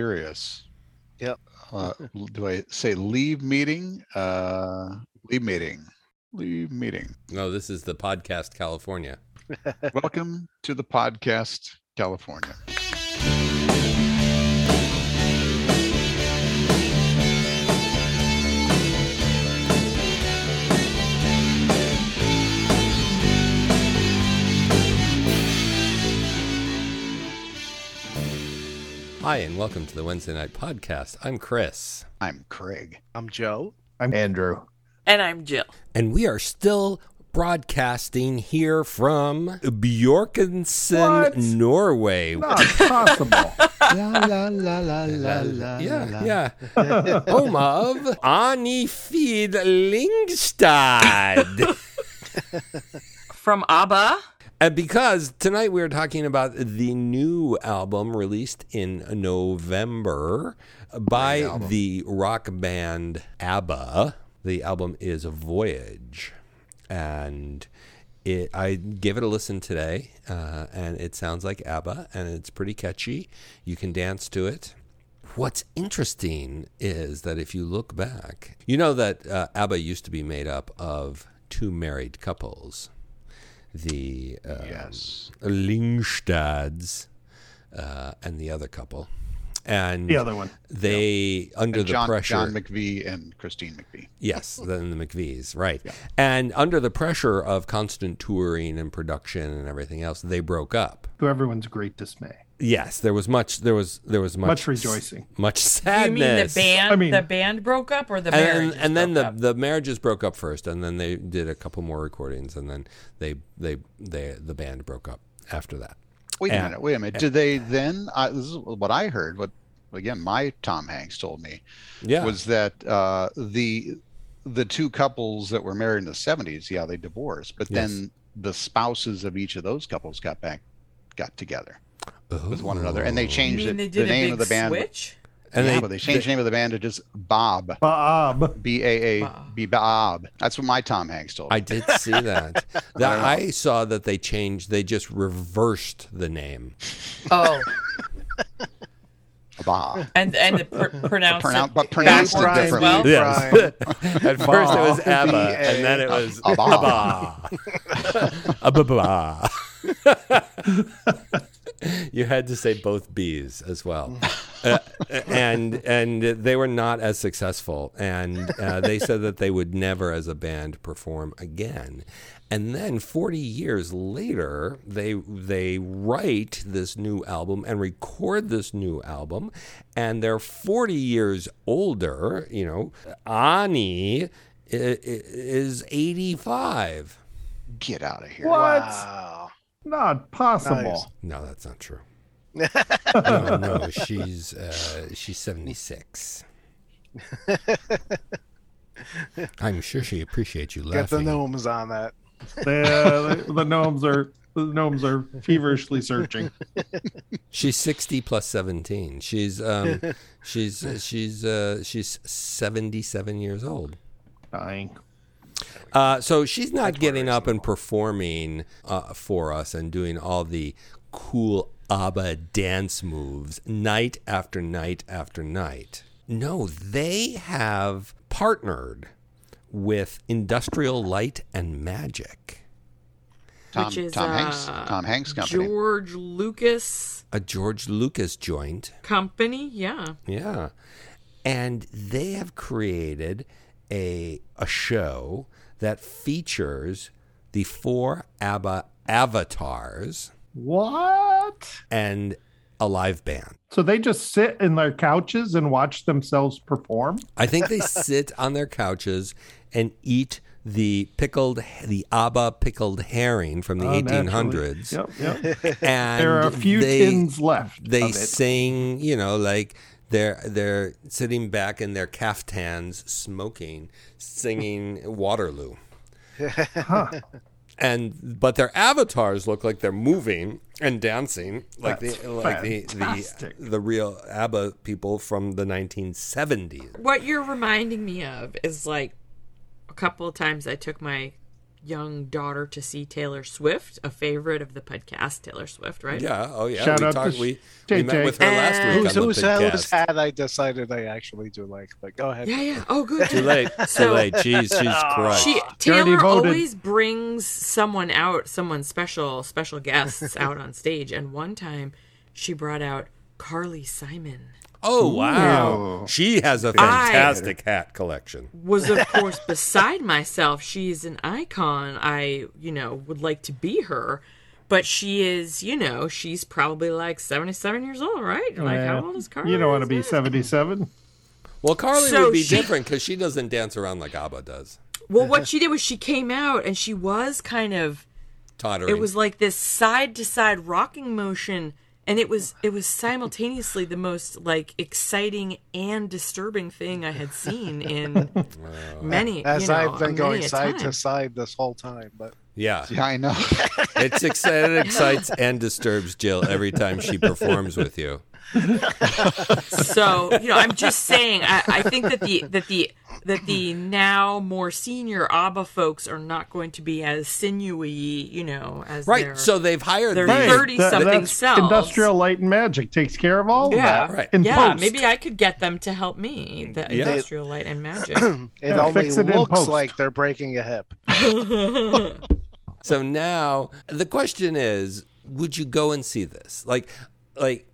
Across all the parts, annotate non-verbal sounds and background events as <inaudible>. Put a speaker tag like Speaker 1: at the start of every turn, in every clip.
Speaker 1: curious.
Speaker 2: Yep.
Speaker 1: Uh, l- do I say leave meeting? Uh, leave meeting. Leave meeting.
Speaker 3: No, this is the podcast California.
Speaker 1: Welcome to the podcast, California.
Speaker 3: Hi, and welcome to the Wednesday Night Podcast. I'm Chris,
Speaker 1: I'm Craig.
Speaker 2: I'm Joe.
Speaker 4: I'm Andrew.
Speaker 5: And I'm Jill.
Speaker 3: and we are still broadcasting here from Bjorkensen,
Speaker 4: What?
Speaker 3: Norway.
Speaker 4: Not possible.
Speaker 1: la la la la la la. la.
Speaker 3: yeah, <laughs> yeah. Home of Anifid <laughs> Lingstad.
Speaker 5: From ABBA.
Speaker 3: And Uh, because tonight we are talking about the new album released in November by the rock band ABBA. The album is Voyage. And it, I gave it a listen today, uh, and it sounds like ABBA, and it's pretty catchy. You can dance to it. What's interesting is that if you look back, you know that uh, ABBA used to be made up of two married couples. The uh,
Speaker 1: Yes.
Speaker 3: Lingstads uh, and the other couple. And
Speaker 4: <laughs> The other one.
Speaker 3: they, under the
Speaker 1: John,
Speaker 3: pressure.
Speaker 1: John McVie and Christine McVie.
Speaker 3: Yes, than the McVees, right. And under the pressure of constant touring and production and everything else, they broke up.
Speaker 4: To everyone's great dismay.
Speaker 3: Yes, there was much there was there was much
Speaker 4: Much rejoicing.
Speaker 3: Much
Speaker 5: You mean the
Speaker 3: sadness.
Speaker 5: band?
Speaker 4: I mean-
Speaker 5: the band broke up or the
Speaker 3: and,
Speaker 5: marriage?
Speaker 3: and then the, the marriages broke up first and then they did a couple more recordings and then they they they the band broke up after that.
Speaker 1: Wait a
Speaker 3: And-
Speaker 1: minute. Wait a minute. Did they then? I, this is what I heard. What again? My Tom Hanks told me
Speaker 3: Yeah.
Speaker 1: was that uh, the the two couples that were married in the seventies. Yeah, they divorced, but then the spouses of each of those couples got back, got together with one another, and they
Speaker 5: you
Speaker 1: changed
Speaker 5: mean
Speaker 1: it,
Speaker 5: they
Speaker 1: the
Speaker 5: did a
Speaker 1: name
Speaker 5: big
Speaker 1: of the band. <laughs>
Speaker 5: switch?
Speaker 3: and
Speaker 1: yeah,
Speaker 3: they,
Speaker 1: but they changed the name of the band to just Bob.
Speaker 4: Bob.
Speaker 1: B A A B Bob. That's what my Tom Hanks told me.
Speaker 3: I did see
Speaker 4: <laughs>
Speaker 3: that. that I saw that they changed they just reversed the name.
Speaker 5: Oh,
Speaker 1: Bob.
Speaker 5: and and the pr-
Speaker 1: <laughs>
Speaker 5: pronounced
Speaker 1: Pronoun-
Speaker 5: it
Speaker 1: but pronounced it
Speaker 5: backwards as
Speaker 1: differently.
Speaker 5: well?
Speaker 3: Yes.
Speaker 4: Brian.
Speaker 3: <laughs> At first it was
Speaker 4: Bah.
Speaker 3: ABBA,
Speaker 4: <laughs> B A
Speaker 3: and then it was
Speaker 1: A bah.
Speaker 3: ABBA. <laughs> ABBA. <laughs> you had to say both B's as
Speaker 4: <laughs>
Speaker 3: well, Uh, and and they were not as successful, and uh, they said that they would never, as a band, perform again. And then 40 years later, they they write this new album and record this new album, and they're 40 years older. You know, Ani i- i- is 85.
Speaker 1: Get out of here.
Speaker 4: What?
Speaker 2: Wow.
Speaker 4: Not possible.
Speaker 3: No, that's
Speaker 2: <laughs>
Speaker 3: not true. no, no, she's uh, she's seventy
Speaker 2: <laughs>
Speaker 3: six. I'm sure she appreciates you
Speaker 2: Got the
Speaker 3: laughing.
Speaker 2: gnomes on that.
Speaker 4: <laughs> The, the gnomes are the gnomes are feverishly searching.
Speaker 3: She's sixty plus seventeen. She's
Speaker 2: <laughs>
Speaker 3: um, she's she's uh, she's seventy seven years old.
Speaker 4: Dying.
Speaker 3: Uh, so she's not getting up and performing uh, for us and doing all the cool ABBA dance moves night after night after night. No, they have partnered with Industrial Light and Magic,
Speaker 1: Tom,
Speaker 5: Which is,
Speaker 1: Tom Hanks.
Speaker 5: uh,
Speaker 1: Tom Hanks company.
Speaker 5: George Lucas
Speaker 3: a George Lucas joint.
Speaker 5: company. Yeah.
Speaker 3: Yeah. And they have created a a show that features the four ABBA avatars
Speaker 4: What?
Speaker 3: and a live band.
Speaker 4: So they just sit in their couches and watch themselves perform?
Speaker 3: I think
Speaker 4: <laughs>
Speaker 3: they sit on their couches and eat the pickled the ABBA pickled herring from the
Speaker 4: Oh, naturally.
Speaker 3: 1800s.
Speaker 4: Yep, yep.
Speaker 3: And
Speaker 4: There are a few
Speaker 3: they,
Speaker 4: tins left.
Speaker 3: They
Speaker 4: of it.
Speaker 3: sing, you know, like they're they're sitting back in their caftans smoking, singing Waterloo.
Speaker 4: <laughs> Huh.
Speaker 3: and but their avatars look like they're moving and dancing like
Speaker 4: That's
Speaker 3: the like the, the
Speaker 4: fantastic.
Speaker 3: the real ABBA people from the 1970s.
Speaker 5: What you're reminding me of is like a couple of times I took my young daughter to see Taylor Swift, a favorite of the podcast, Taylor Swift, right?
Speaker 3: Yeah. Oh, yeah.
Speaker 4: Shout
Speaker 3: we
Speaker 4: out to
Speaker 3: talked, we, we
Speaker 4: JJ.
Speaker 3: met with her last
Speaker 5: And-
Speaker 3: week.
Speaker 2: Who's
Speaker 3: on the
Speaker 2: who's that was
Speaker 3: podcast.
Speaker 2: ad I decided I actually do like, but go ahead.
Speaker 5: Yeah, yeah. Oh, good.
Speaker 3: Too
Speaker 4: <laughs>
Speaker 5: <laughs>
Speaker 3: late. Too
Speaker 5: So-
Speaker 3: late. Jeez, she's Christ.
Speaker 5: She
Speaker 4: She already
Speaker 5: Taylor
Speaker 4: voted.
Speaker 5: always brings someone out, someone special, special guests out on stage. And one time, she brought out Carly Simon.
Speaker 3: oh, wow.
Speaker 1: Ooh.
Speaker 3: She has a
Speaker 5: I-
Speaker 3: fantastic hat collection.
Speaker 5: Was of
Speaker 4: <laughs>
Speaker 5: course beside myself. She's an icon. I, you know, would like to be her, but she is, you know, she's probably like seventy-seven years old, right? Like how
Speaker 4: Yeah.
Speaker 5: old is Carly?
Speaker 4: You don't want to be
Speaker 5: Simon?
Speaker 4: 77.
Speaker 3: Well, Carly
Speaker 5: So
Speaker 3: would be
Speaker 5: she-
Speaker 3: different because she doesn't dance around like Abba does.
Speaker 4: <laughs>
Speaker 5: Well, what she did was she came out and she was kind of
Speaker 3: Tottering.
Speaker 5: it was like this side to side rocking motion and it was it was simultaneously the most like exciting and disturbing thing I had seen in many
Speaker 2: As
Speaker 5: you know,
Speaker 2: I've been
Speaker 5: many
Speaker 2: going
Speaker 5: a
Speaker 2: side
Speaker 5: time.
Speaker 2: to side this whole time, but
Speaker 3: yeah.
Speaker 1: Yeah, I know. <laughs>
Speaker 3: It's ex- it excites and disturbs Jill every time she performs with you.
Speaker 5: So you know, I'm just saying. I, I think that the that the that the now more senior ABBA folks are not going to be as sinewy, you know, as
Speaker 3: Right.
Speaker 5: their-
Speaker 3: so they've hired
Speaker 5: they're
Speaker 3: these-
Speaker 5: Right. 30
Speaker 4: That-
Speaker 5: something
Speaker 4: that's
Speaker 5: cells.
Speaker 4: Industrial light and magic takes care of all
Speaker 5: yeah,
Speaker 4: of that.
Speaker 3: Right.
Speaker 4: In
Speaker 5: yeah.
Speaker 4: post.
Speaker 5: Maybe I could get them to help me. The
Speaker 3: Yeah.
Speaker 5: industrial light
Speaker 3: <clears throat>
Speaker 5: and magic.
Speaker 2: it
Speaker 4: Yeah,
Speaker 2: only
Speaker 4: fix it in
Speaker 2: looks
Speaker 4: post.
Speaker 2: like they're breaking a hip.
Speaker 3: So now the question is, would you go and see this? Like like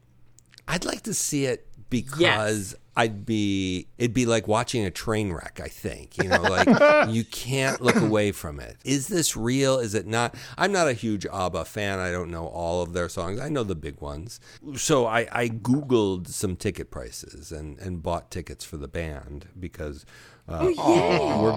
Speaker 3: I'd like to see it because I'd be it'd be like watching a train wreck, I think. You know,
Speaker 5: <laughs>
Speaker 3: like you can't look away from it. Is this real? Is it not? I'm not a huge ABBA fan. I don't know all of their songs. I know the big ones. So I, I Googled some ticket prices and, and bought tickets for the band because uh, we're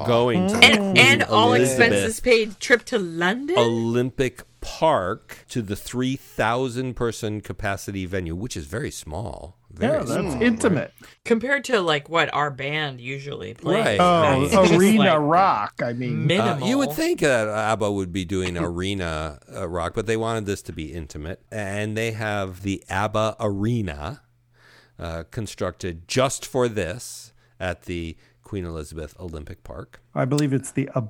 Speaker 3: going to
Speaker 5: Oh,
Speaker 4: Mm.
Speaker 5: and and all
Speaker 3: Elizabeth
Speaker 5: expenses paid trip to London.
Speaker 3: Olympic Park to the 3,000 person capacity venue, which is very small. Very
Speaker 4: Yeah, that's
Speaker 3: small.
Speaker 4: intimate.
Speaker 5: compared to like what our band usually plays.
Speaker 3: Right.
Speaker 4: Oh,
Speaker 5: It's just,
Speaker 4: arena
Speaker 5: like,
Speaker 4: rock. I mean,
Speaker 3: Uh,
Speaker 5: Minimal.
Speaker 3: you would think that ABBA would be doing arena uh, rock, but they wanted this to be intimate. And they have the ABBA Arena uh, constructed just for this at the Queen Elizabeth Olympic Park.
Speaker 4: I believe it's the Abba.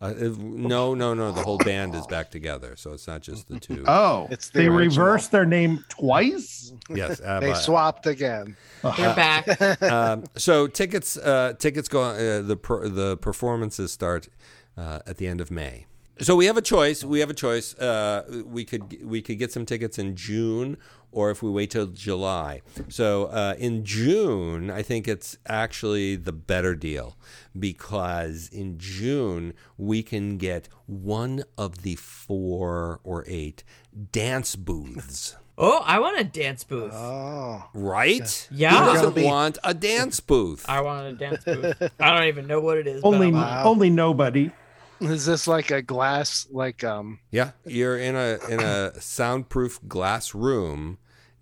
Speaker 3: Uh, if- no, no, no. The whole band is back together. So it's not just the two.
Speaker 4: <laughs> Oh,
Speaker 2: It's the
Speaker 4: they
Speaker 2: original.
Speaker 4: reversed their name twice.
Speaker 3: Yes.
Speaker 2: They
Speaker 3: ABBA.
Speaker 2: swapped again. <laughs>
Speaker 5: They're back.
Speaker 3: <laughs> um, so tickets uh, tickets go uh, the per, the performances start uh, at the end of May. So we have a choice. We have a choice. Uh, we could we could get some tickets in June, or if we wait till July. So uh, in June, I think it's actually the better deal because in June we can get one of the four or eight dance booths.
Speaker 5: oh, I want a dance booth.
Speaker 3: Uh.
Speaker 2: Oh,
Speaker 3: Right?
Speaker 5: Yeah.
Speaker 3: Who
Speaker 2: Gonna
Speaker 3: doesn't
Speaker 2: be-
Speaker 3: want a dance booth?
Speaker 5: I want a dance booth. I don't even know what it is. but I
Speaker 4: Only,
Speaker 5: want
Speaker 4: only nobody.
Speaker 2: is this like a glass? Like um,
Speaker 3: Yeah, you're in a in a soundproof glass room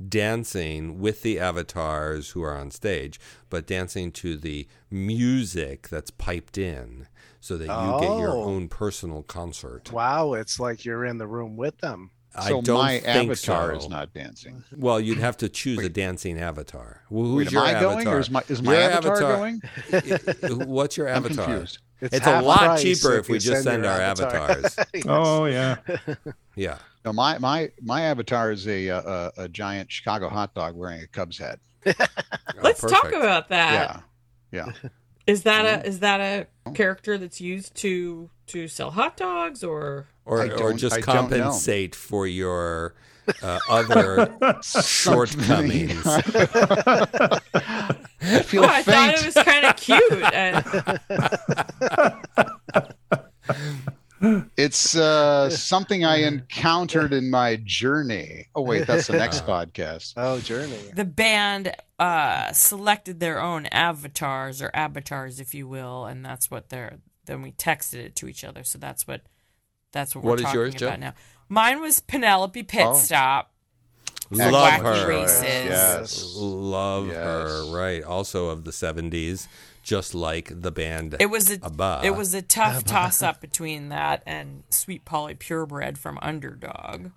Speaker 3: dancing with the avatars who are on stage, but dancing to the music that's piped in so that you get your
Speaker 2: Oh.
Speaker 3: own personal concert.
Speaker 2: wow, it's like you're in the room with them.
Speaker 3: I
Speaker 1: so
Speaker 3: don't
Speaker 1: my
Speaker 3: think
Speaker 1: avatar
Speaker 3: so.
Speaker 1: is not dancing.
Speaker 3: Well, you'd have to choose a dancing avatar. Well, who's
Speaker 1: Wait, am
Speaker 3: your
Speaker 1: I
Speaker 3: avatar?
Speaker 1: going or is my is my
Speaker 3: Your
Speaker 1: avatar, going?
Speaker 3: going? What's your
Speaker 1: I'm
Speaker 3: avatar?
Speaker 1: confused.
Speaker 3: It's, a
Speaker 2: half
Speaker 3: lot
Speaker 2: price
Speaker 3: cheaper if
Speaker 2: you
Speaker 3: we just send
Speaker 2: your
Speaker 3: our
Speaker 1: <laughs>
Speaker 2: avatar.
Speaker 3: avatars.
Speaker 2: <laughs> Yes.
Speaker 4: Oh yeah.
Speaker 3: yeah.
Speaker 1: No, my my my avatar is a uh, a, a giant Chicago hot dog wearing a Cubs hat.
Speaker 3: Oh,
Speaker 5: Let's talk
Speaker 3: perfect. Mm-hmm.
Speaker 5: about that.
Speaker 1: yeah, yeah.
Speaker 5: Is that a is that a character that's used to to sell hot dogs or
Speaker 1: I
Speaker 3: or, or
Speaker 1: don't- I
Speaker 3: just
Speaker 1: don't know.
Speaker 3: compensate for your uh,
Speaker 5: <laughs>
Speaker 3: other <laughs>
Speaker 1: <laughs>
Speaker 3: shortcomings.
Speaker 1: I feel
Speaker 5: <laughs> Oh, I
Speaker 1: faint.
Speaker 5: thought it was kind of cute. And
Speaker 1: It's uh, something I encountered in my journey. Oh wait, that's the next podcast.
Speaker 2: Oh, journey.
Speaker 5: the band uh, selected their own avatars or avatars, if you will, and that's what they're. Then we texted it to each other, so that's what that's what we're
Speaker 3: What is
Speaker 5: talking
Speaker 3: yours, Oh. Jill?
Speaker 5: about now. Mine was Penelope Pitstop.
Speaker 3: Love
Speaker 5: Wacky
Speaker 3: her.
Speaker 5: races.
Speaker 1: Yes.
Speaker 3: Love her.
Speaker 1: Yes.
Speaker 3: Right. Also of the 70s, just like the band.
Speaker 5: It was a
Speaker 3: Abba.
Speaker 5: it was
Speaker 3: <laughs>
Speaker 5: a tough toss up between that and Sweet Polly Purebred from Underdog.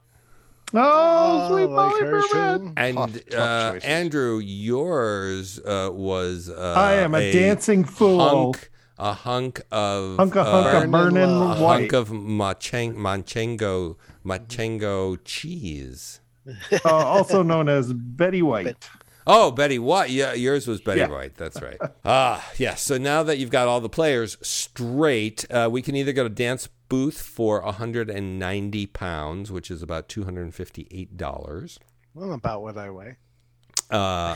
Speaker 4: Oh,
Speaker 2: Oh,
Speaker 4: sweet
Speaker 2: like
Speaker 4: Polly
Speaker 2: her
Speaker 4: Perman.
Speaker 2: too?
Speaker 3: and
Speaker 1: Tough- tough
Speaker 3: uh,
Speaker 1: choices.
Speaker 3: Andrew, yours uh, was. Uh,
Speaker 4: I am a, dancing fool.
Speaker 3: punk a hunk of
Speaker 4: Hunk of
Speaker 3: uh,
Speaker 4: hunk
Speaker 2: Burning
Speaker 4: of burning
Speaker 2: love.
Speaker 3: a hunk
Speaker 4: white.
Speaker 3: of machang- manchengo manchengo cheese.
Speaker 4: uh, also known as Betty White.
Speaker 3: Oh, Betty White. Yeah, yours was Betty
Speaker 4: Yeah.
Speaker 3: White. That's right. Ah, yeah. So now that you've got all the players straight, uh, we can either go to dance booth for 190 pounds, which is about 258 dollars.
Speaker 2: Well, about what I weigh.
Speaker 3: Uh,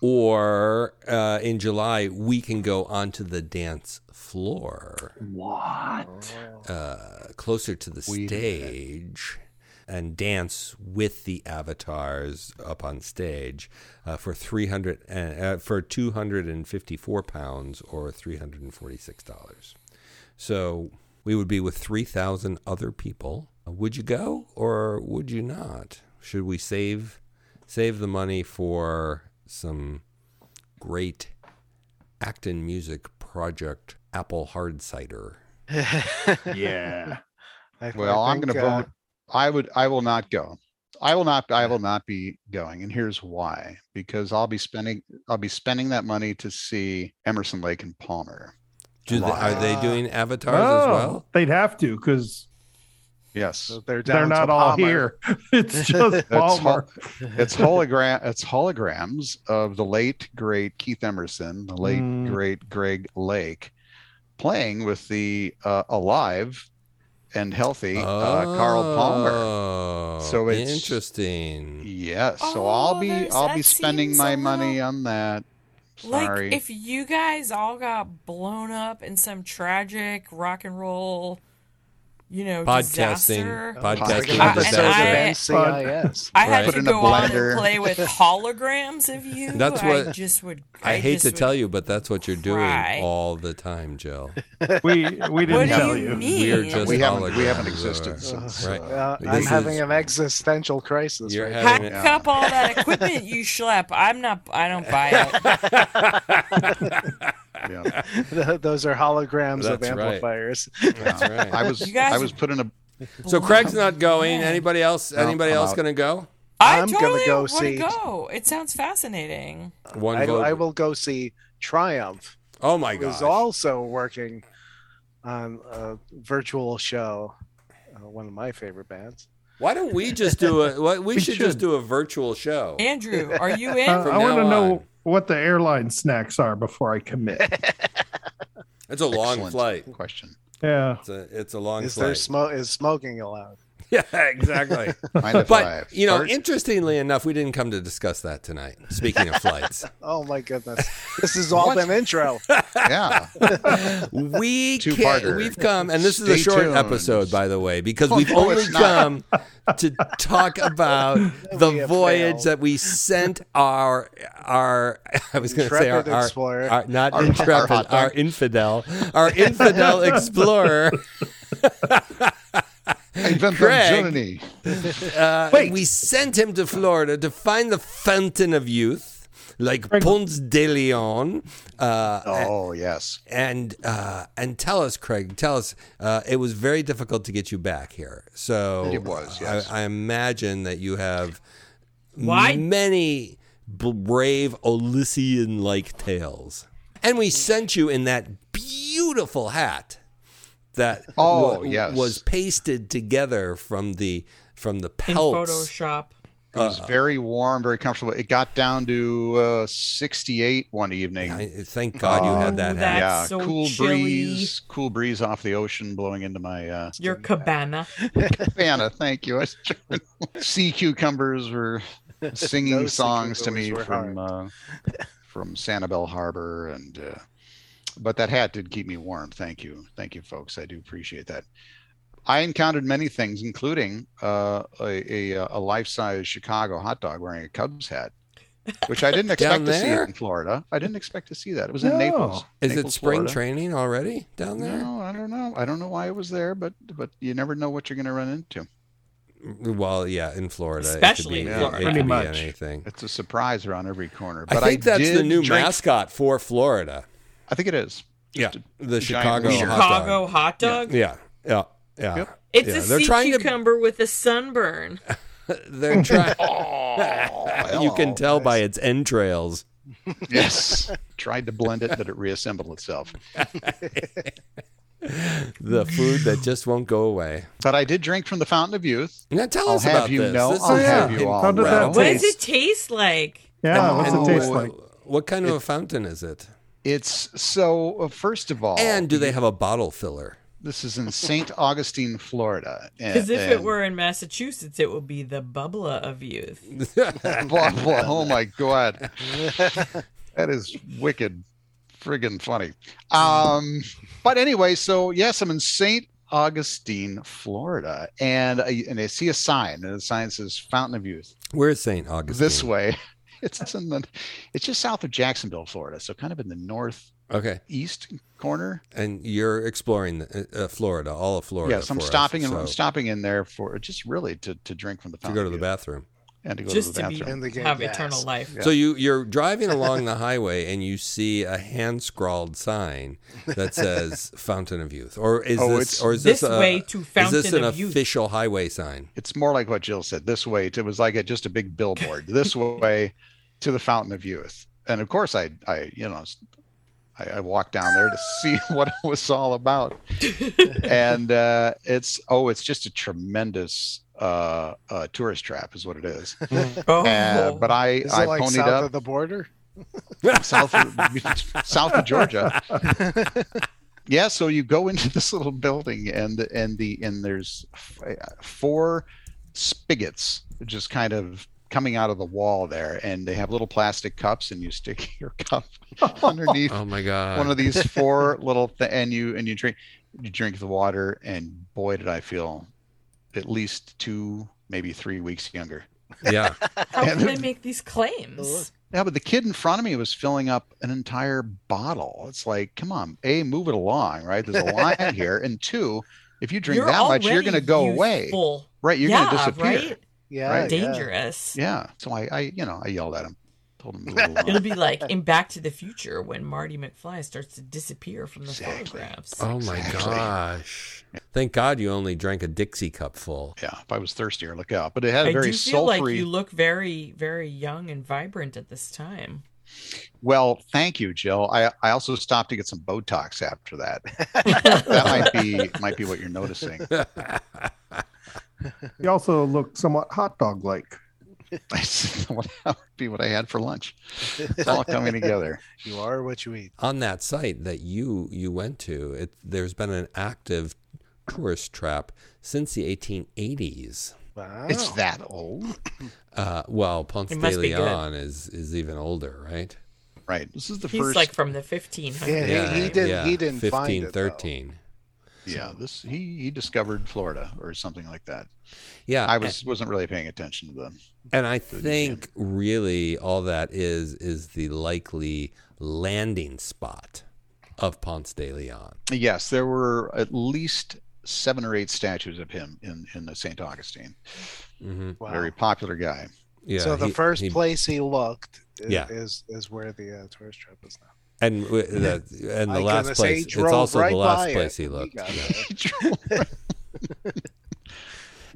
Speaker 3: or uh, in July, we can go onto the dance floor
Speaker 4: What?
Speaker 3: uh, closer to the
Speaker 1: We-
Speaker 3: stage and dance with the avatars up on stage uh, for 300 and, uh, for 254 pounds or 346 dollars so we would be with 3000 other people would you go or would you not should we save save the money for some great acton music project apple hard cider
Speaker 4: Yeah.
Speaker 2: I- I
Speaker 1: Well, I'm going to
Speaker 2: think, uh,
Speaker 1: vote. I would. I will not go. I will not. I will not be going, and here's why: because I'll be spending. I'll be spending that money to see Emerson Lake and Palmer.
Speaker 3: Do they, are they
Speaker 2: Ah.
Speaker 3: doing avatars as
Speaker 4: Oh,
Speaker 3: well?
Speaker 4: they'd have to because
Speaker 1: Yes,
Speaker 2: so they're,
Speaker 4: they're
Speaker 2: down to
Speaker 4: not all
Speaker 2: Palmer. <laughs>
Speaker 4: here. <laughs> It's just
Speaker 1: That's
Speaker 4: Palmer.
Speaker 3: <laughs>
Speaker 1: it's hologram. It's holograms of the late great Keith Emerson, the late
Speaker 4: Mm.
Speaker 1: great Greg Lake, playing with the uh, alive and healthy uh, Carl
Speaker 3: Oh.
Speaker 1: Palmer.
Speaker 3: Palmer.
Speaker 1: So it's-
Speaker 3: interesting.
Speaker 1: Yes, so I'll
Speaker 6: Oh,
Speaker 1: be
Speaker 6: there's-
Speaker 1: I'll be
Speaker 6: that
Speaker 1: spending
Speaker 6: seems
Speaker 1: my
Speaker 6: a
Speaker 1: money
Speaker 6: little-
Speaker 1: on that. Sorry.
Speaker 6: Like if you guys all got blown up in some tragic rock and roll, you know,
Speaker 3: Podcasting,
Speaker 6: disaster,
Speaker 3: podcasting,
Speaker 1: Podcasting
Speaker 2: Like an
Speaker 6: and I-
Speaker 2: episode of
Speaker 5: <laughs>
Speaker 2: NCIS.
Speaker 6: I had
Speaker 3: Right.
Speaker 1: Put
Speaker 6: to
Speaker 1: in a
Speaker 6: go on
Speaker 1: blender.
Speaker 6: and play with holograms of you.
Speaker 3: That's
Speaker 6: I
Speaker 3: what-
Speaker 6: just would.
Speaker 3: I, hate
Speaker 6: just
Speaker 3: to
Speaker 6: would-
Speaker 3: tell you, but that's what you're
Speaker 6: cry.
Speaker 3: doing all the
Speaker 1: <laughs>
Speaker 3: time, Jill.
Speaker 4: We we
Speaker 6: What
Speaker 4: didn't
Speaker 6: do
Speaker 4: tell
Speaker 6: you
Speaker 4: you.
Speaker 6: mean?
Speaker 3: We're just
Speaker 1: we haven't we haven't
Speaker 3: holograms
Speaker 1: existed
Speaker 3: or-
Speaker 1: since
Speaker 3: Right.
Speaker 1: uh,
Speaker 3: <laughs>
Speaker 2: Yeah, I'm
Speaker 3: This
Speaker 2: having
Speaker 3: is-
Speaker 2: an existential crisis.
Speaker 3: You're
Speaker 2: right now.
Speaker 6: Pack <laughs>
Speaker 3: having it.
Speaker 6: up all that equipment you schlep. I'm not. I don't buy
Speaker 1: <laughs>
Speaker 6: it.
Speaker 1: yeah.
Speaker 2: <laughs> Those are holograms of
Speaker 3: That's right.
Speaker 2: amplifiers.
Speaker 3: That's right.
Speaker 1: I was
Speaker 6: You guys-
Speaker 1: I was put in a
Speaker 3: so Craig's not going.
Speaker 6: Man.
Speaker 3: Anybody else?
Speaker 1: No,
Speaker 3: Anybody
Speaker 1: I'm
Speaker 3: else
Speaker 1: out.
Speaker 3: going to go?
Speaker 6: I
Speaker 2: I'm gonna
Speaker 6: totally
Speaker 2: go
Speaker 6: want
Speaker 2: see-
Speaker 6: to go. It sounds fascinating.
Speaker 3: One
Speaker 2: I,
Speaker 3: vote.
Speaker 2: I will go see Triumph.
Speaker 3: oh my
Speaker 2: who is
Speaker 3: gosh!
Speaker 2: also working on a virtual show. Uh, one of my favorite bands.
Speaker 3: Why don't we just do a? What, we,
Speaker 4: We
Speaker 3: should, just
Speaker 4: should.
Speaker 3: do a virtual show.
Speaker 6: Andrew, are you
Speaker 1: <laughs>
Speaker 6: in?
Speaker 4: Uh,
Speaker 3: From
Speaker 4: I want
Speaker 3: now
Speaker 4: to know
Speaker 3: on.
Speaker 4: what the airline snacks are before I commit.
Speaker 3: It's a long
Speaker 1: excellent
Speaker 3: flight.
Speaker 1: question.
Speaker 4: Yeah.
Speaker 3: It's a it's a long
Speaker 2: Is there
Speaker 3: flight.
Speaker 2: smoke? Is smoking allowed?
Speaker 3: <laughs> yeah,
Speaker 1: <laughs>
Speaker 3: exactly.
Speaker 1: Mind if I
Speaker 3: But you know,
Speaker 1: start?
Speaker 3: interestingly enough, we didn't come to discuss that tonight.
Speaker 1: <laughs>
Speaker 3: Speaking of flights,
Speaker 2: Oh my goodness! This has all been intro.
Speaker 1: yeah,
Speaker 3: <laughs> we
Speaker 1: Two-parter.
Speaker 3: can, we've come, and this is a
Speaker 1: Stay
Speaker 3: short
Speaker 1: tuned.
Speaker 3: episode, by the way, because
Speaker 1: Oh,
Speaker 3: we've
Speaker 1: no,
Speaker 3: only
Speaker 1: it's not.
Speaker 3: come to
Speaker 1: <laughs>
Speaker 3: talk about the
Speaker 2: have
Speaker 3: voyage
Speaker 2: failed.
Speaker 3: that we sent our our I was going to say our,
Speaker 2: Intrepid
Speaker 3: our,
Speaker 2: explorer.
Speaker 3: our- not
Speaker 1: Our- our
Speaker 3: intrepid
Speaker 1: hot
Speaker 3: our,
Speaker 1: dog.
Speaker 3: infidel our
Speaker 1: <laughs>
Speaker 3: infidel explorer.
Speaker 1: invent
Speaker 3: Craig.
Speaker 1: Johnny.
Speaker 3: Uh, we sent him to Florida to find the fountain of youth. Like Ponce de Leon, uh,
Speaker 1: Oh yes,
Speaker 3: and uh, and tell us, Craig, tell us. Uh, it was very difficult to get you back here, so
Speaker 1: It was, yes.
Speaker 3: I, I imagine that you have
Speaker 5: Why?
Speaker 3: many b- brave Elysian-like tales, and we sent you in that beautiful hat that
Speaker 1: Oh, yes.
Speaker 3: was pasted together from the from the
Speaker 5: in
Speaker 3: pelts.
Speaker 5: Photoshop.
Speaker 1: it was very warm, very comfortable. It got down to uh, 68 one evening.
Speaker 3: I, thank God you had that
Speaker 5: Oh,
Speaker 3: hat.
Speaker 5: that's
Speaker 1: yeah,
Speaker 5: so
Speaker 1: cool
Speaker 5: chilly.
Speaker 1: breeze, cool breeze off the ocean blowing into my uh,
Speaker 5: Your cabana.
Speaker 1: Savannah. Thank you. I was trying- <laughs> sea cucumbers
Speaker 3: <laughs>
Speaker 1: were singing
Speaker 2: Those sea
Speaker 1: songs to me
Speaker 2: cucumbers were
Speaker 1: from uh, from Sanibel Harbor, and uh, but that hat did keep me warm. Thank you, thank you, folks. I do appreciate that. I encountered many things, including uh, a, a, a life-size Chicago hot dog wearing a Cubs hat, which I
Speaker 3: <laughs>
Speaker 1: didn't
Speaker 3: Down
Speaker 1: expect to see
Speaker 3: there?
Speaker 1: in Florida. I didn't expect to see that. It was in
Speaker 4: No.
Speaker 1: Naples.
Speaker 3: Is it
Speaker 1: Naples,
Speaker 3: spring
Speaker 1: Florida.
Speaker 3: training already down there?
Speaker 1: No, I don't know. I don't know why it was there, but but you never know what you're going to run into.
Speaker 3: Well, yeah, in Florida,
Speaker 5: Especially
Speaker 3: it could be,
Speaker 5: in
Speaker 3: it-
Speaker 5: Florida.
Speaker 3: it
Speaker 4: Pretty
Speaker 3: could be
Speaker 4: much.
Speaker 3: anything.
Speaker 1: It's a surprise around every corner.
Speaker 3: I
Speaker 1: But
Speaker 3: think that's the
Speaker 1: did
Speaker 3: new
Speaker 1: drink-
Speaker 3: mascot for Florida.
Speaker 1: I think it
Speaker 3: <laughs>
Speaker 1: is.
Speaker 3: Yeah,
Speaker 1: Just
Speaker 3: the
Speaker 1: giant
Speaker 3: Chicago
Speaker 1: wiener.
Speaker 3: hot
Speaker 5: Chicago
Speaker 3: dog.
Speaker 5: hot dog.
Speaker 3: Yeah, yeah, yeah.
Speaker 1: Yep.
Speaker 5: It's
Speaker 3: Yeah,
Speaker 5: a
Speaker 3: they're
Speaker 5: sea
Speaker 3: trying to-
Speaker 5: cucumber with a sunburn.
Speaker 3: <laughs> They're trying.
Speaker 1: <laughs> Oh,
Speaker 3: you can tell by its entrails.
Speaker 1: <laughs> yes. Tried to blend it, but it reassembled itself.
Speaker 3: the food that just won't go away.
Speaker 1: But I did drink from the Fountain of Youth.
Speaker 3: Now tell
Speaker 1: I'll
Speaker 3: us
Speaker 1: have
Speaker 3: about
Speaker 1: you
Speaker 3: this.
Speaker 1: know-
Speaker 3: This
Speaker 1: I'll
Speaker 3: is
Speaker 1: have you all
Speaker 3: incredible.
Speaker 4: know. How did that
Speaker 5: What
Speaker 4: taste?
Speaker 5: does it taste like?
Speaker 4: Yeah, what's
Speaker 1: No.
Speaker 4: it taste like?
Speaker 3: What kind of a fountain is it?
Speaker 1: It's so, uh, first of all,
Speaker 3: And do they have a bottle filler? <laughs>
Speaker 1: this is in St. Augustine, Florida. and-
Speaker 5: Because if it
Speaker 1: and-
Speaker 5: were in Massachusetts, it would be the bubbla of youth.
Speaker 1: <laughs> blah,
Speaker 3: <laughs>
Speaker 1: blah. Oh my god, that is wicked, friggin' funny. Um, but anyway, so yes, I'm in Saint Augustine, Florida, and I, and I see a sign, and the sign says Fountain of Youth.
Speaker 3: Where's St. Augustine?
Speaker 1: This way,
Speaker 3: <laughs>
Speaker 1: it's in the, it's just south of Jacksonville, Florida, so kind of in the northeast
Speaker 3: Okay.
Speaker 1: corner.
Speaker 3: And you're exploring uh, uh, Florida, all of Florida.
Speaker 1: yes, I'm
Speaker 3: for us,
Speaker 1: stopping and
Speaker 3: so
Speaker 1: I'm stopping in there for just really to to drink from the
Speaker 3: to
Speaker 1: fountain
Speaker 3: go to the
Speaker 1: of youth
Speaker 3: bathroom.
Speaker 1: and to go
Speaker 5: Just
Speaker 1: to the
Speaker 5: to be,
Speaker 1: bathroom.
Speaker 2: And they gave
Speaker 5: have
Speaker 2: gas.
Speaker 5: eternal life.
Speaker 1: Yeah.
Speaker 3: So you
Speaker 1: <laughs>
Speaker 3: you're driving along the highway and you see a hand scrawled sign
Speaker 1: <laughs>
Speaker 3: that says Fountain of Youth, or is
Speaker 1: Oh,
Speaker 3: this
Speaker 1: it's-
Speaker 3: or is
Speaker 5: This
Speaker 3: this a,
Speaker 5: way to
Speaker 3: is this
Speaker 5: Fountain
Speaker 3: an
Speaker 5: of Youth.
Speaker 3: official highway sign?
Speaker 1: it's more like what Jill said. This way, to, it was like a, just a big billboard.
Speaker 5: <laughs>
Speaker 1: This way, to the Fountain of Youth. And of course, I, I, you know, I, I walked down there to see <laughs> what it was all about. and uh, it's oh, it's just a tremendous uh, uh, tourist trap, is what it is.
Speaker 5: Oh,
Speaker 1: Uh, but I,
Speaker 2: Is
Speaker 1: I
Speaker 2: it like
Speaker 1: ponied
Speaker 2: south
Speaker 1: up
Speaker 2: of the border?
Speaker 1: south of, south of Georgia. <laughs> yeah, so you go into this little building and and the and there's f- uh, four spigots just kind of coming out of the wall there and they have little plastic cups and you stick <laughs> your cup underneath
Speaker 3: Oh my god!
Speaker 1: one of these four
Speaker 3: <laughs>
Speaker 1: little th- and you and you drink you drink the water and boy did I feel at least 2 maybe 3 weeks younger. <laughs>
Speaker 3: yeah,
Speaker 5: how can they make these claims?
Speaker 1: Yeah, but the kid in front of me was filling up an entire bottle. It's like, come on, a move it along, right? There's a line here, and two, if you drink that much, you're going to
Speaker 5: already
Speaker 1: go away,
Speaker 5: youthful.
Speaker 1: right? You're
Speaker 5: yeah,
Speaker 1: going to disappear.
Speaker 5: right?
Speaker 2: Yeah,
Speaker 1: Right.
Speaker 2: yeah.
Speaker 5: Dangerous.
Speaker 1: Yeah. So I, I, you know, I yelled at him, told him to move it
Speaker 5: <laughs> It'll
Speaker 1: along.
Speaker 5: be like in Back to the Future when Marty McFly starts to disappear from the
Speaker 1: Exactly.
Speaker 5: photographs.
Speaker 3: oh my
Speaker 1: Exactly.
Speaker 3: gosh! Thank God you only drank a Dixie cup full. <laughs>
Speaker 1: Yeah, if I was thirstier, look out. But it had
Speaker 5: I
Speaker 1: a very
Speaker 5: do feel like
Speaker 1: sulfury.
Speaker 5: you look very, very young and vibrant at this time.
Speaker 1: Well, thank you, Jill. I, I also stopped to get some Botox after
Speaker 5: <laughs>
Speaker 1: that. <laughs> that might be might be what you're noticing. <laughs>
Speaker 4: You also look somewhat hot dog like.
Speaker 1: that would be <laughs> what I had for lunch. It's all coming
Speaker 5: <laughs>
Speaker 1: together.
Speaker 2: <laughs> You are what you eat.
Speaker 3: On that site that you you went to, it, there's been an active tourist trap since the 1880s.
Speaker 2: Wow.
Speaker 1: It's that old.
Speaker 3: Uh, well, Ponce
Speaker 5: It
Speaker 3: de
Speaker 5: must be good.
Speaker 3: Leon is is even older, right?
Speaker 1: Right. This is the
Speaker 5: He's
Speaker 1: first.
Speaker 5: like from the 1500s.
Speaker 2: Yeah, he- he
Speaker 5: right?
Speaker 2: did- didn't find it, though.
Speaker 3: 13.
Speaker 1: yeah. This he he discovered Florida or something like that.
Speaker 3: Yeah,
Speaker 1: I was wasn't really paying attention to them.
Speaker 3: and I
Speaker 1: yeah.
Speaker 3: think really all that is is the likely landing spot of Ponce de Leon.
Speaker 1: Yes, there were at least seven or eight statues of him in in the St. Augustine.
Speaker 3: hmm
Speaker 2: Wow.
Speaker 1: Very popular guy. <laughs>
Speaker 3: Yeah,
Speaker 2: so the
Speaker 3: he-
Speaker 2: first
Speaker 3: he-
Speaker 2: place he looked is
Speaker 3: Yeah.
Speaker 2: is, is where the uh, tourist trap is now.
Speaker 3: and w- the, and
Speaker 2: My
Speaker 3: the last
Speaker 2: goodness, he
Speaker 3: place. It's
Speaker 2: drove
Speaker 3: also
Speaker 2: right
Speaker 3: the last
Speaker 2: by
Speaker 3: place
Speaker 2: it
Speaker 3: he
Speaker 2: when we
Speaker 3: looked.
Speaker 2: got
Speaker 3: yeah. <laughs>
Speaker 2: there. <laughs>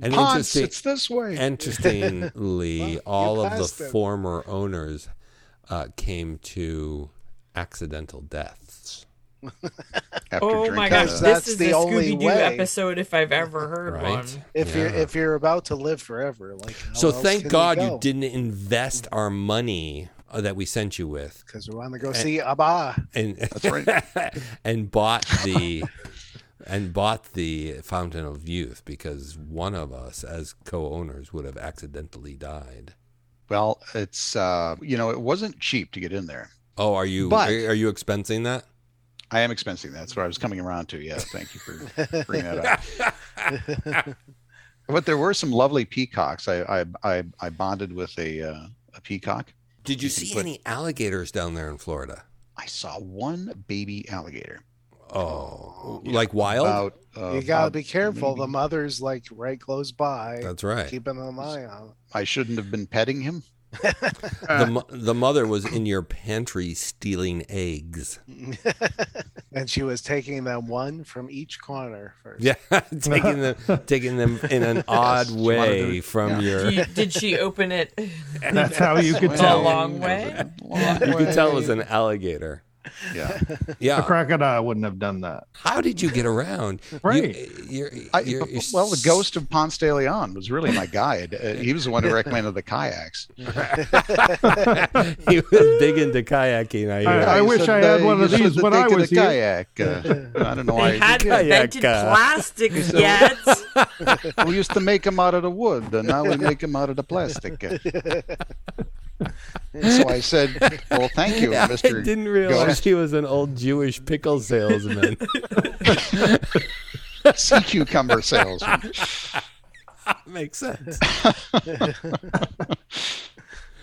Speaker 3: And
Speaker 1: Ponce,
Speaker 3: interesting,
Speaker 1: it's this way.
Speaker 3: interestingly, all of the
Speaker 2: passed him.
Speaker 3: former owners uh, came to accidental deaths.
Speaker 1: after
Speaker 5: Oh my
Speaker 1: drinking
Speaker 5: gosh,
Speaker 2: Because
Speaker 1: the-
Speaker 5: this
Speaker 2: that's
Speaker 5: is
Speaker 2: the
Speaker 5: a
Speaker 2: only
Speaker 5: Scooby Doo
Speaker 2: way.
Speaker 5: episode if I've ever heard
Speaker 3: Right.
Speaker 5: one.
Speaker 2: <laughs> If you're
Speaker 3: Yeah.
Speaker 2: if you're about to live forever, like how
Speaker 3: So
Speaker 2: else
Speaker 3: thank
Speaker 2: can
Speaker 3: God
Speaker 2: you,
Speaker 3: you didn't invest our money uh, that we sent you with
Speaker 2: because we want to go see Abba. <laughs>
Speaker 3: and
Speaker 1: That's
Speaker 3: <laughs> and bought the and bought the Fountain of Youth because one of us as co-owners would have accidentally died.
Speaker 1: well, it's uh, you know, it wasn't cheap to get in there.
Speaker 3: Oh, are you
Speaker 1: But-
Speaker 3: are, are you expensing that?
Speaker 1: I am expensing that. That's what I was coming around to. Yeah, thank you
Speaker 2: <laughs>
Speaker 1: for bringing that up. but there were some lovely peacocks. I I I, I bonded with a uh, a peacock.
Speaker 3: <laughs> Did you
Speaker 1: can
Speaker 3: see
Speaker 1: put-
Speaker 3: any alligators down there in Florida?
Speaker 1: I saw one baby alligator.
Speaker 3: Oh, like wild?
Speaker 1: About uh,
Speaker 2: you gotta
Speaker 1: about-
Speaker 2: be careful. The
Speaker 1: maybe-
Speaker 2: mother's like right close by,
Speaker 3: That's right.
Speaker 2: keeping an eye on.
Speaker 1: I shouldn't have been petting him.
Speaker 3: the, mo- the mother was in your pantry stealing
Speaker 1: <laughs>
Speaker 3: eggs.
Speaker 2: and she was taking them one from each corner first.
Speaker 3: Yeah, taking them taking them in
Speaker 1: <laughs>
Speaker 3: an odd
Speaker 1: she wanted
Speaker 3: way
Speaker 1: to-
Speaker 3: from
Speaker 1: yeah.
Speaker 3: your.
Speaker 5: Did, you- did she open it? <laughs>
Speaker 4: That's how you
Speaker 1: <laughs>
Speaker 4: could
Speaker 5: Well,
Speaker 4: tell.
Speaker 5: a long way.
Speaker 3: <laughs> You could tell it was
Speaker 1: <laughs>
Speaker 3: an alligator.
Speaker 1: Yeah.
Speaker 4: A
Speaker 3: Yeah.
Speaker 4: crocodile wouldn't have done that.
Speaker 3: How did you get around? You-
Speaker 4: Right.
Speaker 3: you're-
Speaker 1: I,
Speaker 3: you're- you're
Speaker 1: <laughs> well, the ghost of Ponce de Leon was really my guide. Uh, he was the one who recommended the kayaks.
Speaker 3: <laughs> he was big into kayaking. I hear.
Speaker 4: I
Speaker 1: He
Speaker 4: wish I had
Speaker 1: "Uh,
Speaker 4: one
Speaker 1: you
Speaker 4: of
Speaker 1: should
Speaker 4: these when I
Speaker 1: taken a
Speaker 4: was here."
Speaker 1: Kayak. Uh,
Speaker 4: <laughs>
Speaker 1: I don't know why.
Speaker 5: They hadn't
Speaker 3: Yeah, yeah,
Speaker 5: invented
Speaker 3: God.
Speaker 5: plastics yet.
Speaker 1: <laughs> we used to make them out of the wood, and now we make them out of the
Speaker 3: <laughs>
Speaker 1: plastic. Uh, so I said, "Well, thank you,
Speaker 3: Yeah,
Speaker 1: Mister."
Speaker 3: <laughs> I
Speaker 1: <laughs>
Speaker 3: didn't realize
Speaker 1: Ghost.
Speaker 3: he was an old Jewish
Speaker 1: <laughs>
Speaker 3: pickle salesman. <laughs>
Speaker 1: sea cucumber salesman.
Speaker 3: Makes sense.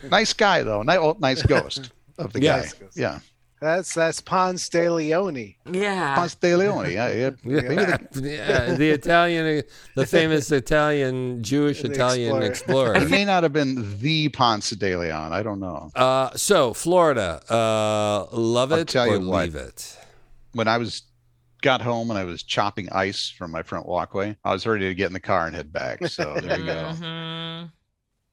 Speaker 1: nice guy though. Ni- oh, nice ghost of the
Speaker 3: Yes.
Speaker 1: guy. Yeah.
Speaker 2: That's that's Ponce de Leone.
Speaker 5: yeah.
Speaker 1: Ponce de Leone. Yeah, yeah.
Speaker 3: Yeah,
Speaker 1: Maybe the-
Speaker 3: <laughs> yeah, the Italian, the famous Italian Jewish
Speaker 2: The
Speaker 1: <laughs>
Speaker 3: Italian explorer.
Speaker 1: It may not have been the Ponce de Leon. I don't know.
Speaker 3: Uh, so Florida, uh, love
Speaker 1: I'll
Speaker 3: it
Speaker 1: tell you
Speaker 3: or
Speaker 1: what.
Speaker 3: leave it.
Speaker 1: When I was got home and I was chopping ice from my front walkway, I was ready to get in the car and head back. So there
Speaker 5: <laughs>
Speaker 1: you go.
Speaker 5: Mhm.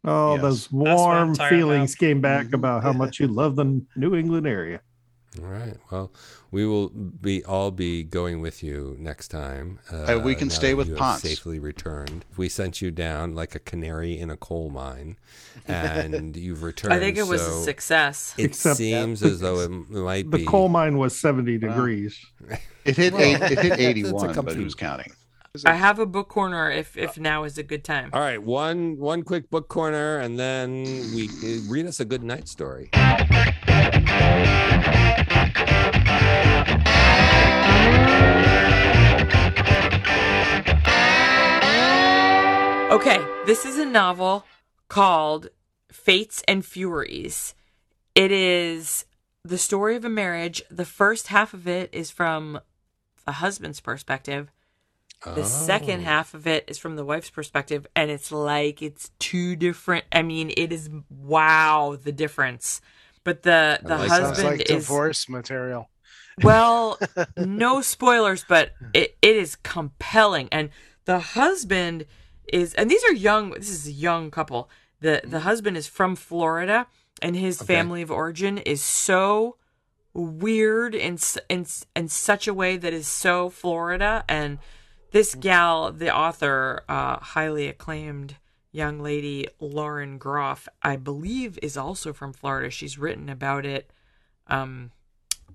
Speaker 4: Oh,
Speaker 1: Yes.
Speaker 4: those
Speaker 6: what I'm
Speaker 4: warm
Speaker 6: talking
Speaker 4: feelings came back
Speaker 1: Mhm.
Speaker 4: about how much you love the New England area.
Speaker 3: All right. Well, we will be all be going with you next time.
Speaker 1: Uh, we can
Speaker 3: now
Speaker 1: stay
Speaker 3: that
Speaker 1: with
Speaker 3: you have
Speaker 1: Ponce.
Speaker 3: Safely returned. We sent you down like a canary in a coal mine,
Speaker 1: <laughs>
Speaker 3: and you've returned.
Speaker 5: I think it was
Speaker 3: so
Speaker 5: a success.
Speaker 3: It
Speaker 4: Except-
Speaker 3: seems as though it
Speaker 1: <laughs>
Speaker 3: might
Speaker 4: The
Speaker 3: be
Speaker 4: coal mine was 70 degrees.
Speaker 1: It hit eight, it
Speaker 3: That's
Speaker 1: hit
Speaker 3: a
Speaker 1: eighty one, but
Speaker 3: comfy-
Speaker 1: who's counting?
Speaker 5: I have a book corner if if now is a good time.
Speaker 1: Uh,
Speaker 3: All right, one one quick book corner, and then we uh, read us a good night story.
Speaker 5: Okay, this is a novel called Fates and Furies. It is the story of a marriage. The first half of it is from the husband's perspective. The second
Speaker 3: Oh.
Speaker 5: half of it is from the wife's perspective, and it's like it's two different. I mean, it is wow the difference. But the the
Speaker 3: like that.
Speaker 2: Sounds
Speaker 5: husband
Speaker 2: like
Speaker 5: is
Speaker 2: divorce material.
Speaker 5: well, no spoilers, but it, it is compelling. And the husband is, and these are young, this is a young couple. The, the husband is from Florida, and his
Speaker 3: Okay.
Speaker 5: family of origin is so weird in, s- in, s- in such a way that is so Florida. And this gal, the author, uh, highly acclaimed young lady, Lauren Groff, I believe is also from Florida. She's written about it. Um,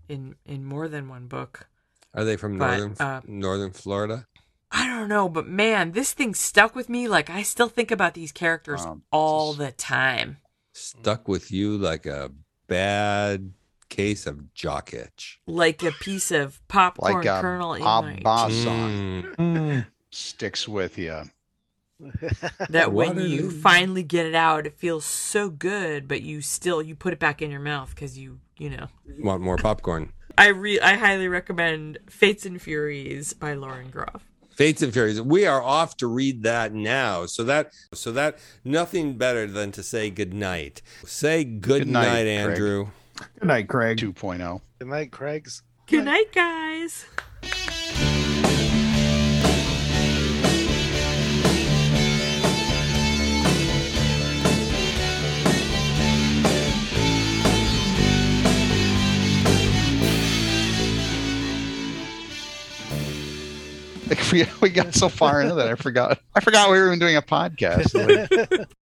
Speaker 5: in in more than one book.
Speaker 3: Are they from
Speaker 5: But,
Speaker 3: northern
Speaker 5: uh,
Speaker 3: northern Florida?
Speaker 5: I don't know, but man, this thing stuck with me. Like I still think about these characters
Speaker 1: Um,
Speaker 5: all
Speaker 1: s-
Speaker 5: the time. Mm.
Speaker 3: Stuck with you like a bad case of jock itch.
Speaker 5: Like a piece of popcorn
Speaker 1: Like um, a
Speaker 5: kernel in my,
Speaker 1: Abba song
Speaker 3: Mm.
Speaker 4: Mm.
Speaker 1: sticks with you.
Speaker 5: that when
Speaker 3: What
Speaker 5: you
Speaker 3: it is.
Speaker 5: finally get it out, it feels so good, but you still you put it back in your mouth because you you know.
Speaker 3: Mm. Want more popcorn?
Speaker 5: I re I highly recommend Fates and Furies by Lauren Groff.
Speaker 3: Fates and Furies. We are off to read that now. So that so that nothing better than to say good night. Say good,
Speaker 1: Good
Speaker 3: night,
Speaker 1: night, Craig.
Speaker 3: Andrew.
Speaker 4: Good night, Craig.
Speaker 1: 2.0. <laughs>
Speaker 2: Good night, Craig's.
Speaker 5: Good night, guys.
Speaker 1: Like we, we got so far into that, I forgot. I forgot we were even doing a podcast. Like,